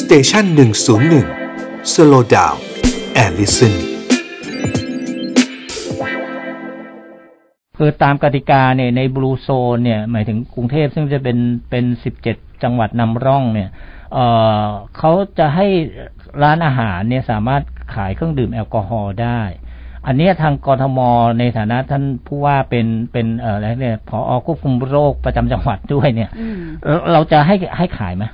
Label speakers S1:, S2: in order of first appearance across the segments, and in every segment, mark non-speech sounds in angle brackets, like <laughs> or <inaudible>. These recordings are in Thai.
S1: สเตชันหนึ่งศูนย์หนึ่งสโลดาวแอลลิสัน
S2: คือตามกติกาเนี่ยในบลูโซนเนี่ยหมายถึงกรุงเทพซึ่งจะเป็นเป็น 17 จังหวัดนำร่องเนี่ยเอ่อเขาจะให้ร้านอาหารเนี่ยสามารถขายเครื่องดื่มแอลกอฮอล์ได้ อันเนี้ยทางกรทมในฐานะท่านผู้ว่าเป็นเป็นเอ่ออะไรเนี่ยผอควบคุมโรคประจำจังหวัดด้วยเนี่ย
S3: อืม
S2: เอ่อเราจะให้ให้ขายไหม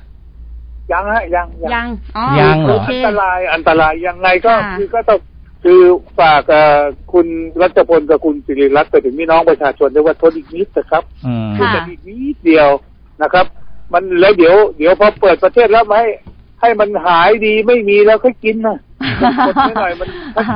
S4: ยังฮะยังยั
S3: ยั
S4: ง
S3: งอ๋อ
S2: ยังเหร
S4: คือ
S3: โอ
S4: อั
S3: เค
S4: นตรายอันตรายยังไงก็
S3: ค่ะ
S4: คือก็ต้องคือฝากเอ่อคุณรัชพลกับคุณสิริรัตน์ไปถึงพี่น้องประชาชนด้วยว่าทนอีกนิดนะครับ
S2: อืม
S3: ค่ะ
S4: อีกนิดเดียวนะครับ มันแล้วเดี๋ยวเดี๋ยวพอเปิดประเทศแล้วไม่ให้ให้มันหายดีไม่มีแล้วค่อยกินนะกดไม่ห
S3: <laughs>
S4: น่อยมัน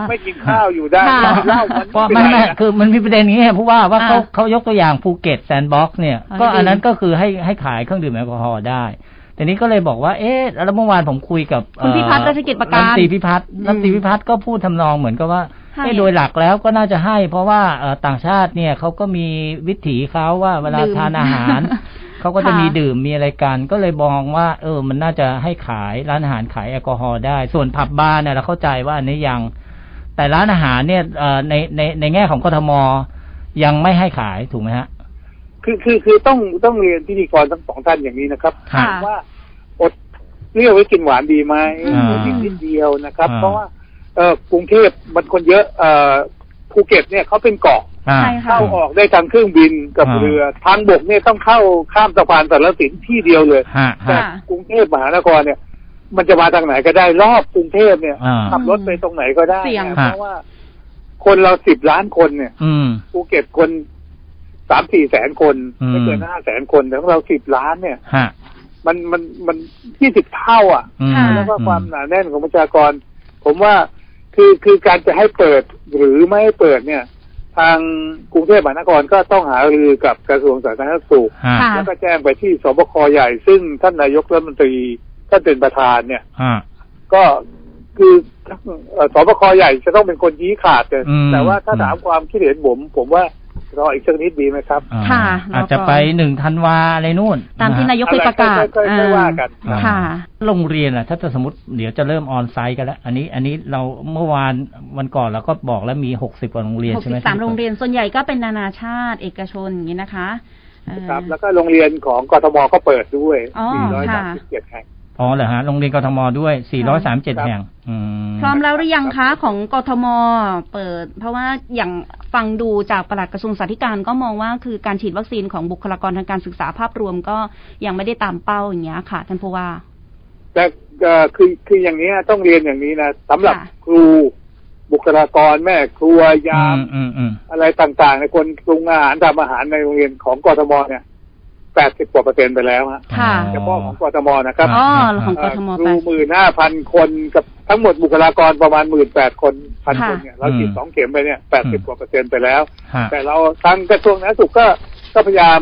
S4: ไม่กินข้าวอยู่ได้
S3: ค่ะ
S4: เหล้ามัน
S2: ก็
S4: เป็
S2: ไม่
S4: นร
S2: ไม่
S4: นะ
S2: คือมันมีประเด็นอย่างนี้ไงผู้ว่าว่าเขา
S3: อ่า
S2: เขายกตัวอย่างภูเก็ตแซนด์บ็อกซ์เนี่ย
S3: อ๋อ
S2: ก็
S3: ดี
S2: อันนั้นก็คือให้ให้ขายเครื่องดื่มแอลกอฮอล์ได้แต่นี้ก็เลยบอกว่าเอ๊ะแล้วเมื่อวานผมคุยกับ
S3: คุณ
S2: เอ่อ
S3: พิพัฒน์รัชกิจประการ
S2: รัฐมนตรีพิพัฒน์
S3: อืม
S2: รัฐมนตรีพิพัฒน์ก็พูดทำนองเหมือนกับว่า
S3: ให้
S2: เอ๊ะโดยหลักแล้วก็น่าจะให้ เพราะว่าเอ่อต่างชาติเนี่ยเขาก็มีวิถีเขาว่าเวลา
S3: ดื่ม
S2: ทานอาหาร เขาก็จะ
S3: ค่ะ
S2: มีดื่มมีอะไรกัน ก็เลยมองว่า เออ มันน่าจะให้ขายร้านอาหารขายแอลกอฮอล์ได้ ส่วนผับบาร์เนี่ยเราเข้าใจว่าอันนี้ยัง แต่ร้านอาหารเนี่ยเอ่อในในในแง่ของกทมยังไม่ให้ขายถูกไหมฮะ
S4: คือคือคือต้องต้องเรียนพิธีกรทั้งสองท่านอย่างนี้นะครับ
S3: ค่ะ
S4: ว่าอดเรียกไว้กินหวานดีไหม
S3: อ่า
S4: นิดนิดเดียวนะครับ
S2: อ่า
S4: เพราะว่าเออกรุงเทพมันคนเยอะเออภูเก็ตเนี่ยเขาเป็นเกาะ
S2: อ่า
S3: ใช่ค่ะ
S4: เข้าออกได้ทางเครื่องบินกับ
S2: อ่า
S4: เรือ ทางบกเนี่ยต้องเข้าข้ามสะพานสารสินที่เดียวเลย
S2: ฮะ
S4: แต่
S2: ฮะ
S4: กรุงเทพมหานครเนี่ย มันจะมาทางไหนก็ได้รอบกรุงเทพเนี่ย
S2: อ่า
S4: ขับรถไปตรงไหนก็ได้
S3: เสี่ยง
S4: นะเพราะว่า คนเราสิบล้านคนเนี่ย
S2: อืม
S4: ภูเก็ตคนสามสี่แสนคน
S2: อืม
S4: ไม่เกินห้าแสนคนแต่ของเราสิบล้านเนี่ย
S2: ฮะ
S4: มันมันมันยี่สิบเท่าอ่ะ
S2: อืม
S3: ค่ะ
S4: แล้วก็ความหนาแน่นของประชากร ผมว่าคือคือการจะให้เปิดหรือไม่ให้เปิดเนี่ย ทางกรุงเทพมหานครก็ต้องหารือกับกระทรวงสาธารณสุข
S2: ฮะ
S3: ค่ะ
S4: แล้วก็แจ้งไปที่สบคใหญ่ ซึ่งท่านนายกรัฐมนตรีท่านเป็นประธานเนี่ย
S2: ฮะ
S4: ก็คือเอ่อสบคใหญ่จะต้องเป็นคนยี้ขาดเลย
S2: อืม
S4: แต่ว่าถ้าถามความคิดเห็นผม ผมว่ารออีกสักนิดดีไหมครับ
S2: อ่า
S3: ค่ะ
S2: อาจจะไปหนึ่งธันวาอะไรนู่น
S3: ตามที่นายกเคยประกาศ
S4: อะไรก็ค่อยๆว่ากัน
S2: ครับ
S3: ค่ะ
S2: โรงเรียนอ่ะถ้าจะสมมติเดี๋ยวจะเริ่มออนไซต์กันแล้วอันนี้อันนี้เราเมื่อวานวันก่อนเราก็บอกแล้วมีหกสิบกว่าโรงเรียน
S3: หก
S2: ใช่ไห
S3: สิ
S2: ม
S3: บสามโรงเรียนส่วนใหญ่ก็เป็นนานาชาติเอกชนอย่างนี้นะคะเอ่อ
S4: ครับ แล้วก็โรงเรียนของกทมก็เปิดด้วย
S3: อ๋อค่ะ
S4: 437แห่ง
S2: อ๋อเหรอฮะโรงเรียนกทมด้วย
S4: ครั
S2: 437
S4: บ
S2: แห่งอืม
S3: พร้อมแล้วหรือยังคะของกทมเปิด เพราะว่าอย่างฟังดูจากปลัดกระทรวงสาธการก็มองว่าคือการฉีดวัคซีนของบุคลากรทางการศึกษาภาพรวมก็ยังไม่ได้ตามเป้าอย่างเงี้ยค่ะท่านผู้ว่า
S4: แต่เอ่อคือคืออย่างนี้นะต้องเรียนอย่างนี้นะสำหรับ
S3: ค่ะ
S4: ครูบุคลากรแม่ครัวยาม
S2: อืมอืม
S4: อะไรต่างๆในคนปรุงอาหารทำอาหารในโรงเรียนของกทมเนี่ย 80กว่าเปอร์เซ็นต์ไปแล้วฮะ
S3: ค่ะ
S2: อ๋อ
S4: เฉพาะของกทมนะครับ
S3: อ๋อ
S2: ครับ
S3: ของก
S4: เอ่อ
S3: ทม
S4: ครู
S3: ไป
S4: หมื่นห้าพันคนกับทั้งหมดบุคลากรประมาณหมื่นแปดคนพันคนเนี่ยเราฉีดสองเข็มไปเนี่ยแปดสิบกว่าเปอร์เซ็นต์ไปแล้ว
S2: ฮะ
S4: แต่เราทางกระทรวงสาธารณสุขก็ก็พยายาม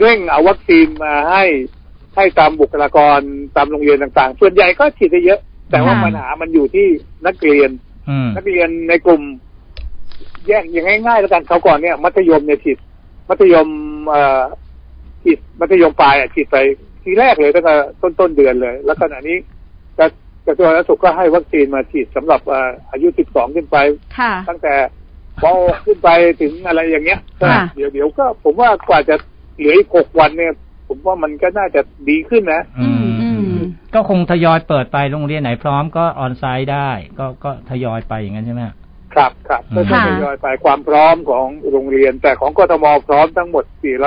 S4: เร่งเอาวัคซีนมาให้ ให้ตามบุคลากรตามโรงเรียนต่างๆ ส่วนใหญ่ก็ฉีดได้เยอะ แต่ว่า
S3: ค่ะ
S4: ปัญหามันอยู่ที่นักเรียน
S2: อืม
S4: นักเรียนในกลุ่ม แยกอย่างง่ายๆแล้วกันเขาวก่อนเนี่ย มัธยมเนี่ยฉีดมัธยมเอ่อฉีดมัธยมปลายอะฉีดไปทีแรกเลยตั้งแต่ต้นต้นๆเดือนเลย แล้วขณะนี้กระกระทรวงสาธารณสุขก็ให้วัคซีนมาฉีดสำหรับเอ่ออายุ 12 ขึ้นไป
S3: ค่ะ
S4: ตั้งแต่ปอขึ้นไปถึงอะไรอย่างเงี้ย
S3: ค่ะ
S4: เดี๋ยวเดี๋ยวก็ผมว่ากว่าจะเหลืออีกหกวันเนี่ย ผมว่ามันก็น่าจะดีขึ้นนะ
S3: อืมอืม
S2: ก็คงทยอยเปิดไปโรงเรียนไหนพร้อมก็ออนไซต์ได้ ก็ก็ทยอยไปอย่างนั้นใช่ไหมฮะ
S4: ครับครับ
S2: อื
S4: ก็
S2: ม
S4: จะทยอยไปความพร้อมของโรงเรียน แต่ของกทมพร้อมทั้งหมด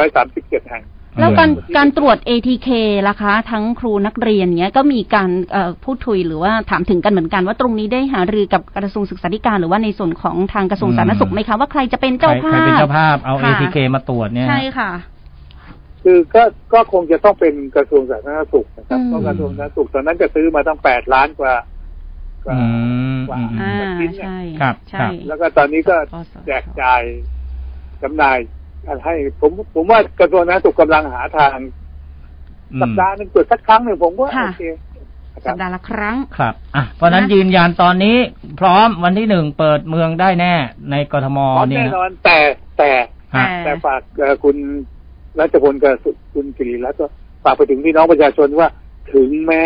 S4: 437 แห่ง
S3: แล้วการการตรวจ ATK ล่ะคะ ทั้งครูนักเรียนเนี้ยก็มีการเอ่อพูดคุยหรือว่าถามถึงกันเหมือนกันว่าตรงนี้ได้หารือกับกระทรวงศึกษาธิการหรือว่าในส่วนของทางกระทรวงสาธารณสุขไหมคะว่าใครจะเป็น
S2: ใคร
S3: เจ้าภา
S2: ใคร
S3: พ
S2: เป็นเจ้าภาพเอา
S3: ค่ะ
S2: ATK มาตรวจเนี่ยฮะ
S3: ใช่ค่ะ
S4: คือก็ก็คงจะต้องเป็นกระทรวงสาธารณสุขนะครับ
S3: อืม
S4: เพราะกระทรวงสาธารณสุขตอนนั้นจะซื้อมาตั้ง 8 ล้านกว่า
S2: อืม
S4: กว่า
S2: อืม
S3: อ่า
S4: ชิ้นเนี่ย
S3: ใช่
S2: ครับ
S3: ใช่
S2: ครับ
S4: แล้วก็ตอนนี้ก็
S3: พอสอ
S4: แจกจ่ายจำหน่ายให้ผมผมว่ากระทรวงสาธารณสุขกำลังหาทาง
S2: อื
S4: สัป
S2: ม
S4: ดาห์หนึ่งตรวจสักครั้งหนึ่งผมก็
S3: ค่ะ
S4: โอเคนะค
S3: สั
S4: รั
S3: ป
S4: บ
S3: ดาห์ละครั้ง
S2: ครับอ่ะเพราะฉะนั้น
S3: นะ
S2: ยืนยันตอนนี้ พร้อมวันที่หนึ่งเปิดเมืองได้แน่ ในกทม
S4: พร้อม
S2: เนี่ย
S4: แน่
S2: ฮะ
S4: นอนแต่แต่
S2: ฮะ
S4: แต่ฝากเอ่อคุณรัชพลกับคุณสิริรัตน์ว่าฝากไปถึงพี่น้องประชาชนว่า ถึงแม้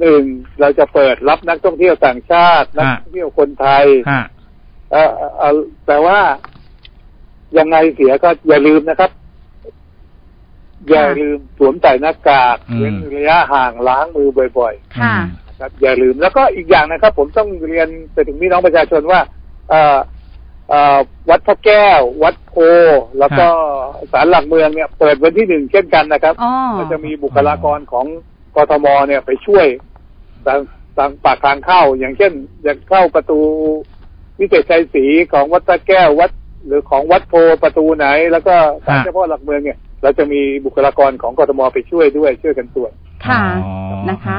S4: หนึ่งเราจะเปิดรับนักท่องเที่ยวต่างชาติ นักท่องเที่ยวคนไทย
S2: ฮะ
S4: เออเอ่อเออแต่ว่ายังไงเสียก็อย่าลืมนะครับ อย่าลืมสวมใส่หน้ากาก
S2: อืม
S4: เว้นระยะห่างล้างมือบ่อย
S3: ค่ะ
S4: ๆนะครับ อย่าลืมแล้วก็อีกอย่างนะครับ ผมต้องเรียนไปถึงพี่น้องประชาชนว่า เอ่อเอ่อวัดพระแก้ว วัดโพธิ์แล้วก็ศาลหลักเมืองเนี่ย เปิดวันที่หนึ่งเช่นกันนะครับ
S3: อ๋อ
S4: ก็จะมีบุคลากรของกทมเนี่ยไปช่วยทางทางปากทางเข้า อย่างเช่น อย่างเข้าประตูวิเศษชัยศรีของวัดตะแก้ววัด หรือของวัดโพประตูไหน แล้วก็ศาล
S2: ฮะ
S4: เจ้าพ่อหลักเมืองเนี่ย เราจะมีบุคลากรของกทมไปช่วยด้วยช่วยกันตรวจ
S3: ค่ะ
S2: อ๋อ
S3: นะคะ